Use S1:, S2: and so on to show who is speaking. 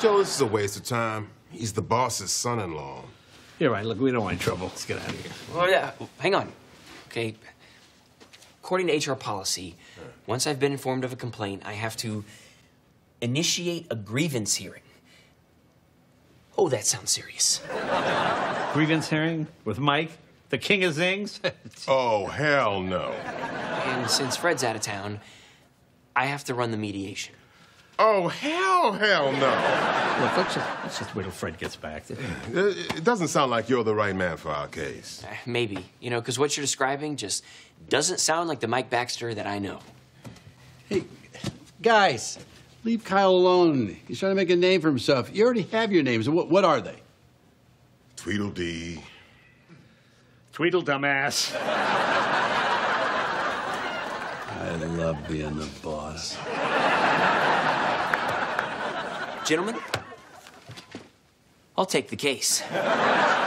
S1: Joe, this is a waste of time. He's the boss's son-in-law.
S2: You're right. Look, we don't want trouble. Let's get out of here.
S3: Well, yeah, hang on. Okay. According to HR policy, once I've been informed of a complaint, I have to initiate a grievance hearing. Oh, that sounds serious.
S2: Grievance hearing with Mike, the king of zings.
S1: Oh, hell no.
S3: And since Fred's out of town, I have to run the mediation.
S1: Oh, hell, hell no.
S2: Look, let's just, let's just wait till Fred gets back.
S1: It it doesn't sound like you're the right man for our case.
S3: Eh, Maybe, you know, because what you're describing just doesn't sound like the Mike Baxter that I know.
S4: Hey, guys, leave Kyle alone. He's trying to make a name for himself. You already have your names. What, what are they?
S1: Tweedledee,
S2: Tweedle dumbass.
S4: I love being the boss.
S3: Gentlemen, I'll take the case.